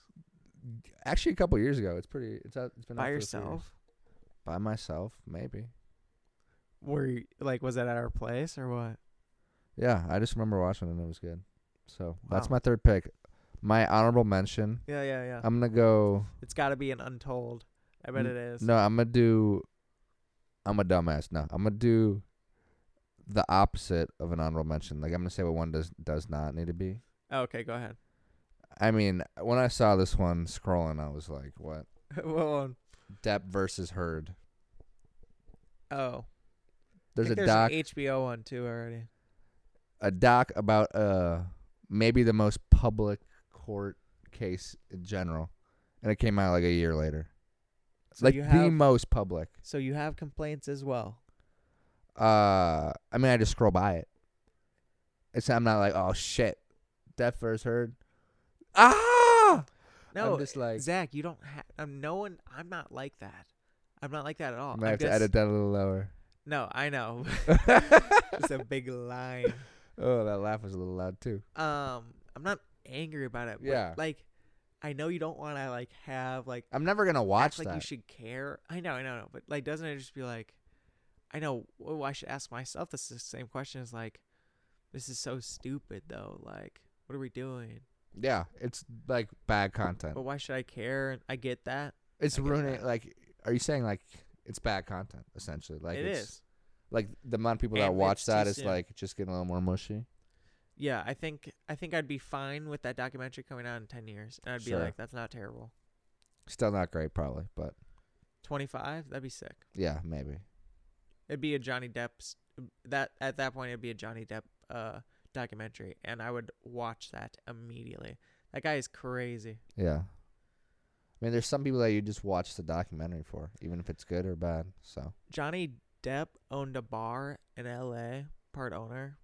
Actually, a couple years ago. It's pretty. It's out. It's been out
By
for a few years.
yourself?
By myself, maybe.
Were you, like, was that at our place or what?
Yeah, I just remember watching it and it was good. So that's
Wow.
my third pick. My honorable mention.
Yeah, yeah, yeah.
I'm gonna go.
it's got to be an untold. I bet
N-
it is.
No, I'm gonna do. I'm a dumbass. No, I'm gonna do the opposite of an honorable mention. Like I'm gonna say what one does does not need to be.
Oh, okay, go ahead.
I mean, when I saw this one scrolling, I was like, "What?
well,
Depp versus Heard."
oh, I
There's
think
a
there's
doc,
an HBO one too already.
a doc about uh maybe the most public court case in general, and it came out like a year later.
So
like
you
the
have-
most public.
So you have complaints as well.
Uh, I mean, I just scroll by it. It's I'm not like, oh shit, Death versus Heard. Ah,
No,
I'm just like
Zach, you don't have. Um, no one. I'm not like that. I'm not like that at all.
I'm gonna
I'm
have to
just-
edit that a little lower.
No, I know. it's a big line.
Oh, that laugh was a little loud too.
Um, I'm not angry about it. but,
Yeah.
Like, I know you don't want to like have like
I'm never gonna watch
act like
that.
you should care. I know, I know, I know, but like, doesn't it just be like, I know. Oh, I should ask myself this the same question. Is like, this is so stupid though. Like, what are we doing?
yeah, it's like bad content.
But why should I care? I get that.
It's
Oh, I get
ruining.
that.
Like, are you saying like it's bad content essentially? Like
it
it's,
is.
Like the amount of people that
And
watch
it's too
that is
soon.
like just getting a little more mushy.
Yeah, I think I think I'd be fine with that documentary coming out in ten years, and I'd
Sure.
be like, that's not terrible.
Still not great, probably, but
Twenty five, that'd be sick.
yeah, maybe.
It'd be a Johnny Depp's that at that point it'd be a Johnny Depp uh documentary, and I would watch that immediately. That guy is crazy.
Yeah. I mean, there's some people that you just watch the documentary for, even if it's good or bad. So
Johnny Depp owned a bar in L.A. part owner,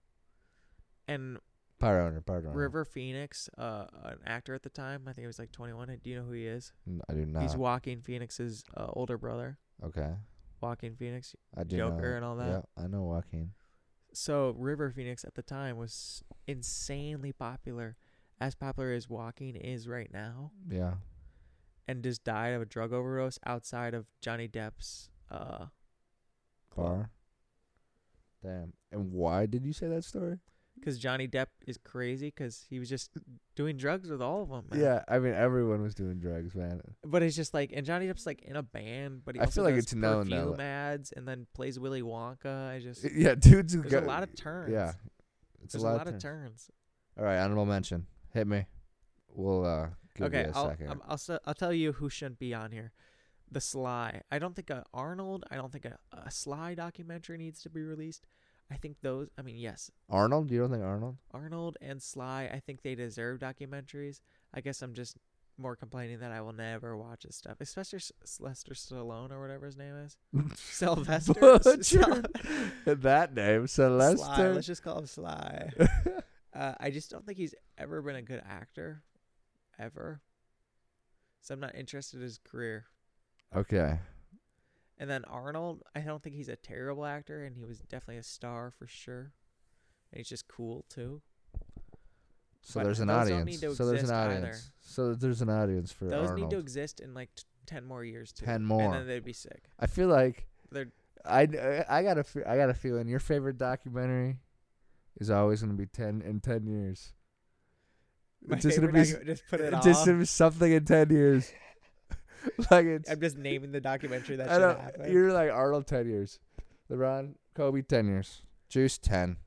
and
part owner, part owner.
River Phoenix, uh, an actor at the time, I think he was like 21. Do you know who he is?
N- I do not.
He's Joaquin Phoenix's uh, older brother.
okay.
Joaquin Phoenix,
I do
Joker
know.
and all that.
Yeah, I know Joaquin.
So River Phoenix at the time was insanely popular, as popular as walking is right now,
Yeah.
and just died of a drug overdose outside of Johnny Depp's uh
Bar. Damn. And why did you say that story?
because Johnny Depp is crazy because he was just doing drugs with all of them. Man.
Yeah, I mean everyone was doing drugs, man.
but it's just like, and Johnny Depp's like in a band, but he
I
also
feel like
does
it's known that,
perfume
like-
ads and then plays Willy Wonka. I just
Yeah, dudes. who
there's
go-
a lot of turns.
Yeah, it's
there's a lot, of turns.
All right, honorable mention. Hit me. We'll uh, give
okay,
you a
I'll,
second.
um, I'll, si will tell you who shouldn't be on here. The Sly. I don't think a Arnold. I don't think a, a Sly documentary needs to be released. I think those. I mean, yes,
Arnold? You don't think Arnold?
Arnold and Sly. I think they deserve documentaries. I guess I'm just more complaining that I will never watch his stuff, especially S- Sylvester Stallone or whatever his name is. Sylvester. Sly.
Butchered. that name,
Sly.
Celeste.
Let's just call him Sly. Uh, I just don't think he's ever been a good actor, ever. So I'm not interested in his career.
okay.
And then Arnold, I don't think he's a terrible actor, and he was definitely a star for sure. And he's just cool too.
So
But
there's an
those don't
audience.
need to
So there's an
exist either.
audience. So there's an audience for
Those
Arnold.
need to exist in like t- ten more years too.
10
and
more.
then they'd be sick.
I feel like
They're
I I got a fe- I got a feeling your favorite documentary is always going to be 10 in 10 years.
my
It's just gonna
favorite. docu-
be
just put it
It's
on.
Just gonna be something in 10 years. like it's
I'm just naming the documentary that
I
should
don't,
happen.
you're like Arnold 10 years. LeBron, Kobe 10 years. Juice 10.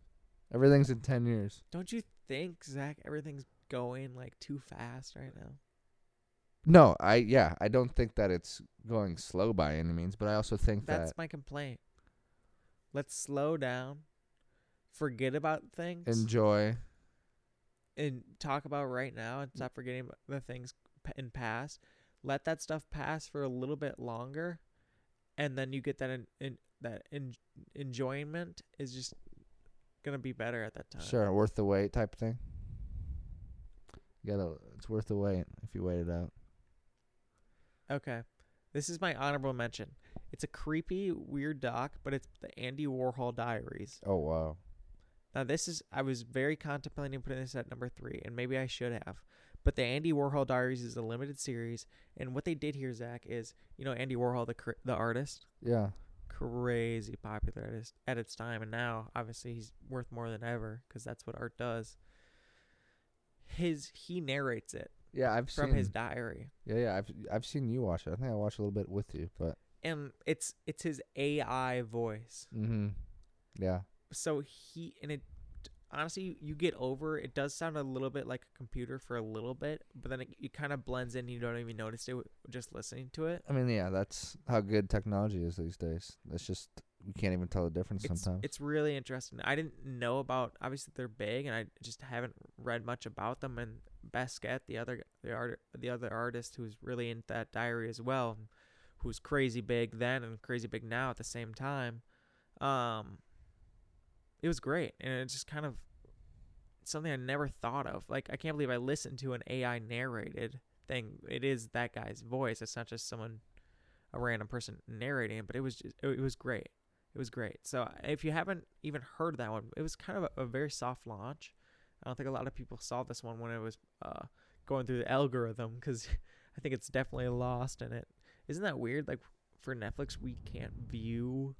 Everything's in 10 years.
Don't you think Zach? Everything's going like too fast right now.
No, I yeah, I don't think that it's going slow by any means, but I also think
That's
that
my complaint. Let's slow down, forget about things,
enjoy.
and talk about right now and stop forgetting about the things p- in past. Let that stuff pass for a little bit longer, and then you get that in, in that en- enjoyment is just gonna be better at that time.
Sure, worth the wait type of thing. You gotta it's worth the wait if you wait it out.
Okay. This is my honorable mention. It's a creepy, weird doc, but it's the Andy Warhol Diaries.
Oh wow.
Now this is I was very contemplating putting this at number three, and maybe I should have. But the Andy Warhol Diaries is a limited series, and what they did here, Zach, is you know Andy Warhol, the cr- the artist,
Yeah.
crazy popular at, his, at its time, and now obviously he's worth more than ever because that's what art does. His he narrates it
Yeah, I've
from
seen
his diary,
Yeah, yeah, I've I've seen you watch it. I think I watched a little bit with you, but
and it's it's his AI voice.
mm-hmm. yeah,
so he and it honestly you get over it does sound a little bit like a computer for a little bit but then it, it kind of blends in you don't even notice it with- just listening to it
I mean, yeah, that's how good technology is these days. It's just we can't even tell the difference
it's,
sometimes.
it's really interesting i didn't know about obviously they're big and i just haven't read much about them and basquet the other the art the other artist who's really into that diary as well who's crazy big then and crazy big now at the same time um it was great and it just kind of something i never thought of like i can't believe i listened to an ai narrated thing it is that guy's voice it's not just someone a random person narrating it but it was just it, it was great it was great so uh, if you haven't even heard that one it was kind of a, a very soft launch i don't think a lot of people saw this one when it was uh going through the algorithm because i think it's definitely lost in it isn't that weird like for netflix we can't view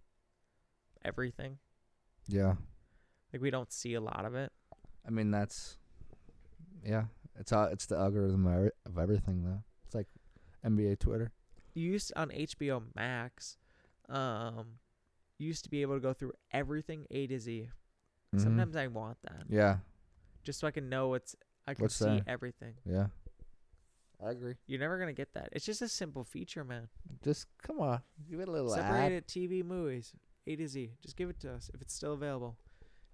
everything
yeah,
like we don't see a lot of it.
I mean that's yeah, it's all, it's the algorithm of every- of everything though. It's like NBA Twitter.
You used on HBO Max, um, you used to be able to go through everything A to Z.
Mhm.
Sometimes I want that
yeah,
just so I can know what's I can
What's
see
there?
everything.
yeah, I agree.
You're never gonna get that. It's just a simple feature, man.
Just come on, give it a little ad.
Separated TV movies A to Z. Just give it to us if it's still available.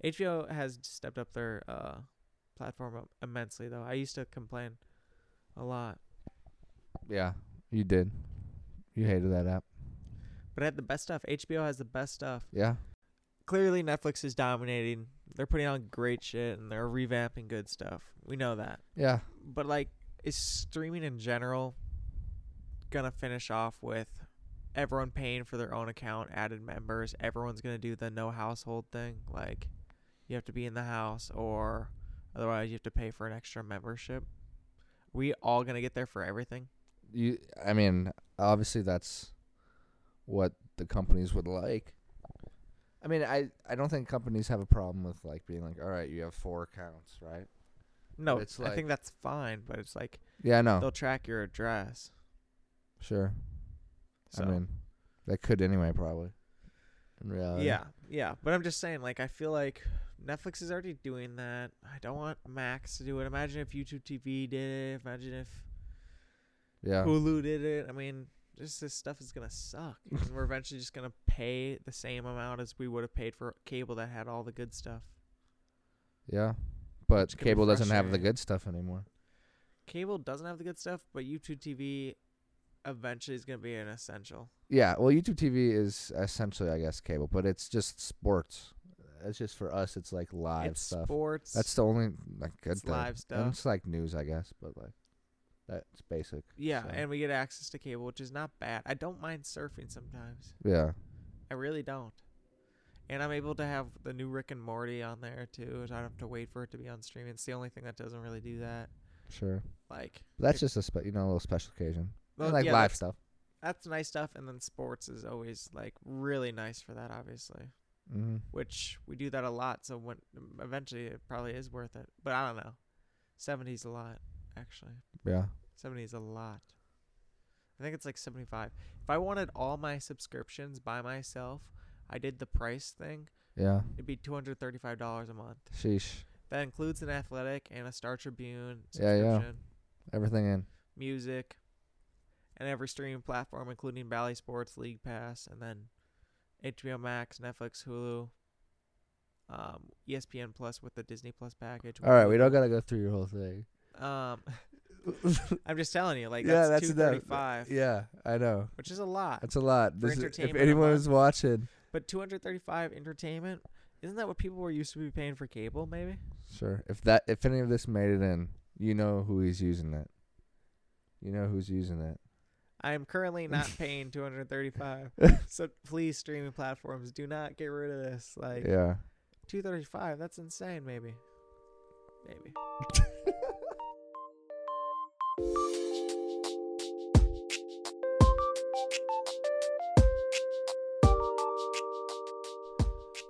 HBO has stepped up their uh platform im- immensely, though. I used to complain a lot,
Yeah, you did. You hated that app.
but it had the best stuff. HBO has the best stuff.
Yeah,
clearly Netflix is dominating. They're putting on great shit and they're revamping good stuff. We know that.
yeah.
But like is streaming in general gonna finish off with everyone paying for their own account, added members, everyone's gonna do the no household thing, like you have to be in the house or otherwise you have to pay for an extra membership. We all gonna get there for everything.
you i mean obviously that's what the companies would like i mean i i don't think companies have a problem with like being like all right you have four accounts right
No,
It's
I
like-
think that's fine, but it's like
yeah i know
they'll track your address.
sure
So.
i mean that could anyway probably in reality
Yeah, yeah. But I'm just saying, like, I feel like Netflix is already doing that. I don't want Max to do it. Imagine if YouTube TV did it. Imagine if
yeah
Hulu did it. I mean, just this stuff is gonna suck. and we're eventually just gonna pay the same amount as we would have paid for cable that had all the good stuff.
yeah but
Which can be
cable doesn't have the
frustrating.
good stuff anymore
Cable doesn't have the good stuff, but YouTube TV eventually is gonna be an essential.
yeah well youtube tv is essentially i guess cable but it's just sports it's just for us it's like live
it's
stuff
sports.
That's the only like good
It's
thing.
live
And
stuff.
It's like news, I guess, but like that's basic.
yeah,
so.
and we get access to cable, which is not bad. I don't mind surfing sometimes.
Yeah,
I really don't. And I'm able to have the new Rick and Morty on there too. and I don't have to wait for it to be on stream. It's the only thing that doesn't really do that.
sure.
Like
That's
it-
just a spe- you know a little special occasion.
well,
like
yeah,
live
that's,
stuff.
that's nice stuff. And then sports is always like really nice for that, obviously.
Mm-hmm.
Which we do that a lot. So when eventually it probably is worth it. But I don't know. Seventies a lot actually.
Yeah,
Seventies a lot. I think it's like seventy five. If I wanted all my subscriptions by myself, I did the price thing.
yeah.
It'd be two hundred thirty five dollars a month.
Sheesh.
That includes an athletic and a Star Tribune
Yeah, yeah.
subscription,
Everything in.
music, and every streaming platform, including Bally Sports, League Pass, and then HBO Max, Netflix, Hulu, um, ESPN Plus with the Disney Plus package.
All right, we don't gotta go through your whole thing.
Um, I'm just telling you, like that's
yeah, that's
two
enough.
thirty five,
Yeah, I know.
which is a lot.
That's a lot.
For
This is, if
entertainment
anyone
alone.
is watching,
But two hundred thirty five entertainment, isn't that what people were used to be paying for cable? Maybe.
sure. If that, if any of this made it in, you know who is using it. You know who's using it.
I am currently not paying 235. so please, streaming platforms, do not get rid of this. Like
yeah.
235, that's insane. Maybe, maybe.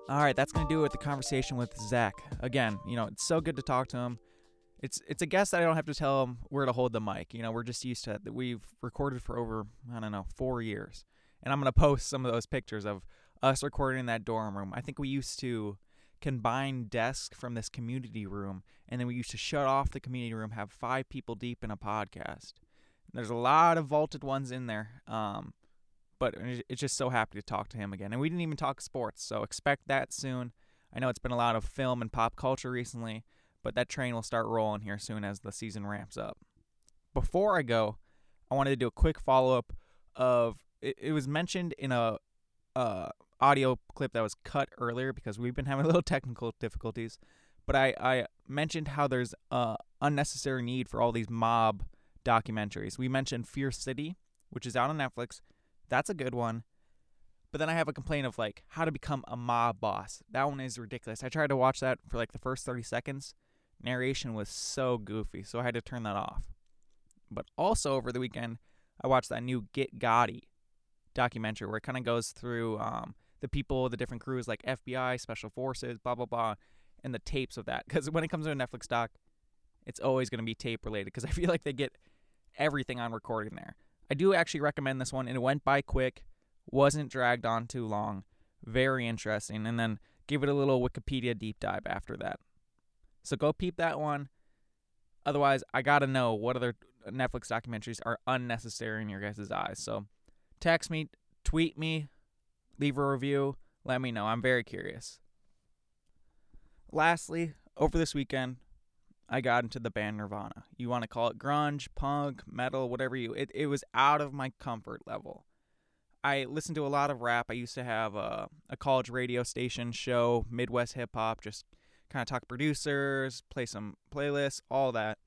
All right, that's gonna do it with the conversation with Zach. Again, you know, it's so good to talk to him. It's it's a guest that I don't have to tell him where to hold the mic. You know, we're just used to it. We've recorded for over I don't know four years, and I'm gonna post some of those pictures of us recording in that dorm room. I think we used to combine desks from this community room, and then we used to shut off the community room, have five people deep in a podcast. There's a lot of vaulted ones in there. Um, but it- it's just so happy to talk to him again. And we didn't even talk sports, so expect that soon. I know it's been a lot of film and pop culture recently, but that train will start rolling here soon as the season ramps up. Before I go, I wanted to do a quick follow up of it, it was mentioned in a uh, audio clip that was cut earlier because we've been having a little technical difficulties, but I I mentioned how there's a unnecessary need for all these mob documentaries. We mentioned Fear City, which is out on Netflix. That's a good one. But then I have a complaint of like how to become a mob boss. That one is ridiculous. I tried to watch that for like the first 30 seconds. Narration was so goofy, so I had to turn that off. But also over the weekend, I watched that new Get Gotti documentary where it kind of goes through um, the people, the different crews like FBI, special forces, blah blah blah, and the tapes of that. Because when it comes to a Netflix doc, it's always going to be tape related. Because I feel like they get everything on recording there. I do actually recommend this one, and it went by quick, wasn't dragged on too long, very interesting. And then give it a little Wikipedia deep dive after that. So go peep that one. Otherwise, I gotta know what other Netflix documentaries are unnecessary in your guys' eyes. So text me, tweet me, leave a review, let me know. I'm very curious. Lastly, over this weekend, I got into the band Nirvana. You want to call it grunge, punk, metal, whatever you. It it was out of my comfort level. I listened to a lot of rap. I used to have a, a college radio station show, Midwest hip hop, just kind of talk producers, play some playlists, all that.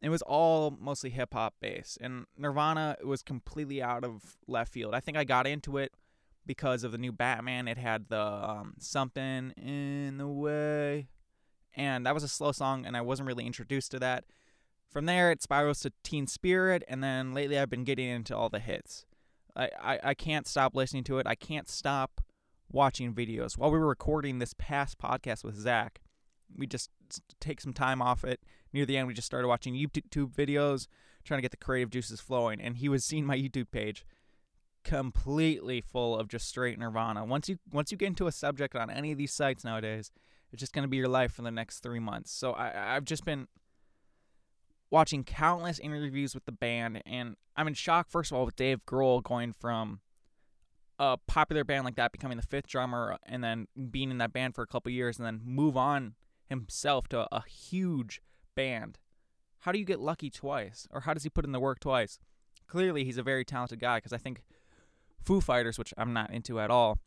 It was all mostly hip hop based, and Nirvana was completely out of left field. I think I got into it because of the new Batman. It had the um, something in the way and that was a slow song and I wasn't really introduced to that. From there it spirals to Teen Spirit and then lately I've been getting into all the hits. I, I, I can't stop listening to it. I can't stop watching videos. While we were recording this past podcast with Zach, we just s- take some time off it. Near the end, we just started watching YouTube videos, trying to get the creative juices flowing. And he was seeing my YouTube page completely full of just straight Nirvana. Once you once you get into a subject on any of these sites nowadays, it's just going to be your life for the next three months. So I, I- I've just been watching countless interviews with the band, and I'm in shock, first of all, with Dave Grohl going from a popular band like that, becoming the fifth drummer, and then being in that band for a couple years, and then move on himself to a huge band. How do you get lucky twice? Or how does he put in the work twice? Clearly, he's a very talented guy because I think Foo Fighters, which I'm not into at all,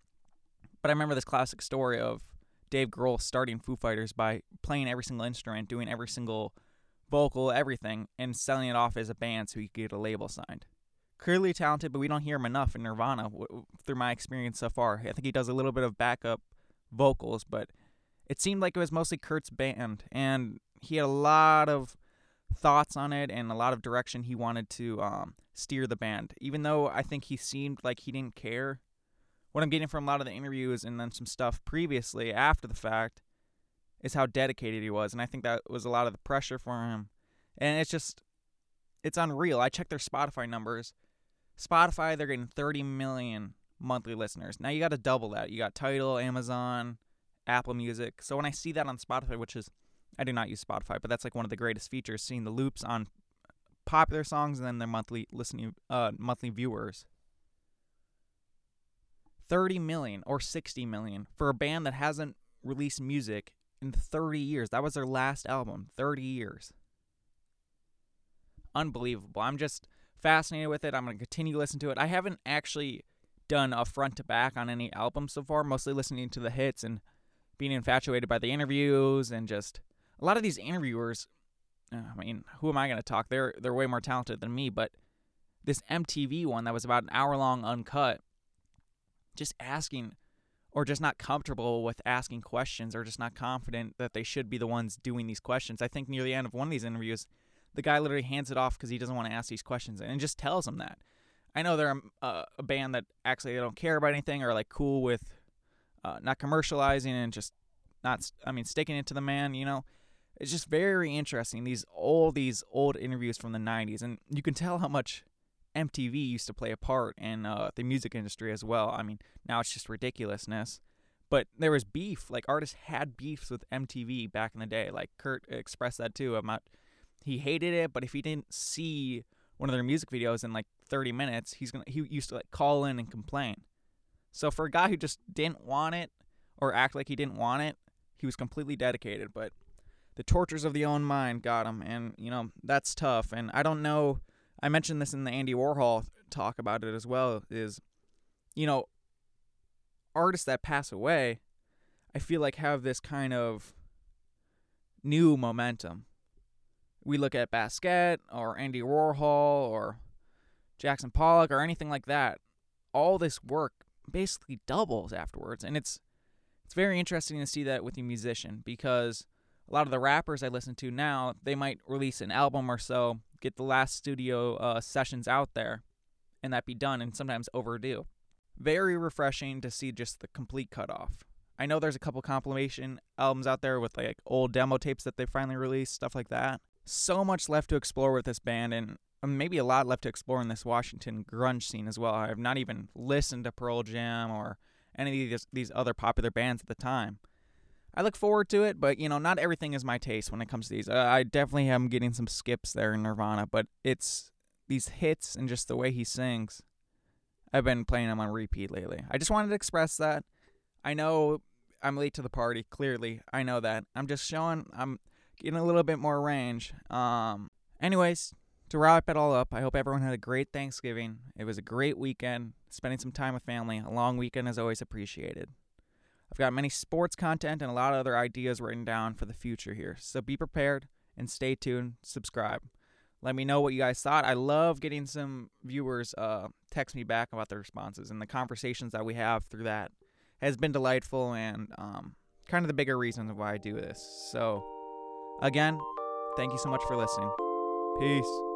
but I remember this classic story of Dave Grohl starting Foo Fighters by playing every single instrument, doing every single vocal, everything, and selling it off as a band so he could get a label signed. Clearly talented, but we don't hear him enough in Nirvana w- w- through my experience so far. I think he does a little bit of backup vocals, but it seemed like it was mostly Kurt's band, and he had a lot of thoughts on it and a lot of direction he wanted to um, steer the band. Even though I think he seemed like he didn't care, what I'm getting from a lot of the interviews and then some stuff previously after the fact is how dedicated he was. And I think that was a lot of the pressure for him. And it's just, it's unreal. I checked their Spotify numbers. Spotify, they're getting 30 million monthly listeners. Now you got to double that. You got Title, Amazon, Apple Music. So when I see that on Spotify, which is, I do not use Spotify, but that's like one of the greatest features, seeing the loops on popular songs and then their monthly listening, uh, monthly viewers. 30 million or 60 million for a band that hasn't released music in 30 years. That was their last album, 30 years. Unbelievable. I'm just fascinated with it. I'm going to continue to listen to it. I haven't actually done a front to back on any album so far, mostly listening to the hits and being infatuated by the interviews and just a lot of these interviewers. uh, I mean, who am I going to talk? They're they're way more talented than me, but this MTV one that was about an hour long uncut just asking or just not comfortable with asking questions or just not confident that they should be the ones doing these questions. I think near the end of one of these interviews, the guy literally hands it off because he doesn't want to ask these questions and it just tells him that. I know they're um, a, a band that actually they don't care about anything or like cool with uh, not commercializing and just not s- I mean sticking it to the man, you know. It's just very interesting these all these old interviews from the 90s and you can tell how much MTV used to play a part in uh, the music industry as well. I mean, now it's just ridiculousness. But there was beef. Like artists had beefs with MTV back in the day. Like Kurt expressed that too. I'm not. He hated it, but if he didn't see one of their music videos in like 30 minutes, he's gonna. He used to like call in and complain. So for a guy who just didn't want it or act like he didn't want it, he was completely dedicated. But the tortures of the own mind got him, and you know that's tough. And I don't know. I mentioned this in the Andy Warhol talk about it as well is you know artists that pass away I feel like have this kind of new momentum. We look at Basquiat or Andy Warhol or Jackson Pollock or anything like that. All this work basically doubles afterwards and it's it's very interesting to see that with a musician because a lot of the rappers I listen to now, they might release an album or so, get the last studio uh, sessions out there, and that be done, and sometimes overdue. Very refreshing to see just the complete cutoff. I know there's a couple compilation albums out there with like old demo tapes that they finally released, stuff like that. So much left to explore with this band, and um, maybe a lot left to explore in this Washington grunge scene as well. I've not even listened to Pearl Jam or any of these, these other popular bands at the time. I look forward to it, but you know, not everything is my taste when it comes to these. Uh, I definitely am getting some skips there in Nirvana, but it's these hits and just the way he sings. I've been playing them on repeat lately. I just wanted to express that. I know I'm late to the party. Clearly, I know that. I'm just showing. I'm getting a little bit more range. Um. Anyways, to wrap it all up, I hope everyone had a great Thanksgiving. It was a great weekend. Spending some time with family. A long weekend is always appreciated. I've got many sports content and a lot of other ideas written down for the future here. So be prepared and stay tuned. Subscribe. Let me know what you guys thought. I love getting some viewers uh, text me back about their responses and the conversations that we have through that has been delightful and um, kind of the bigger reason why I do this. So, again, thank you so much for listening. Peace.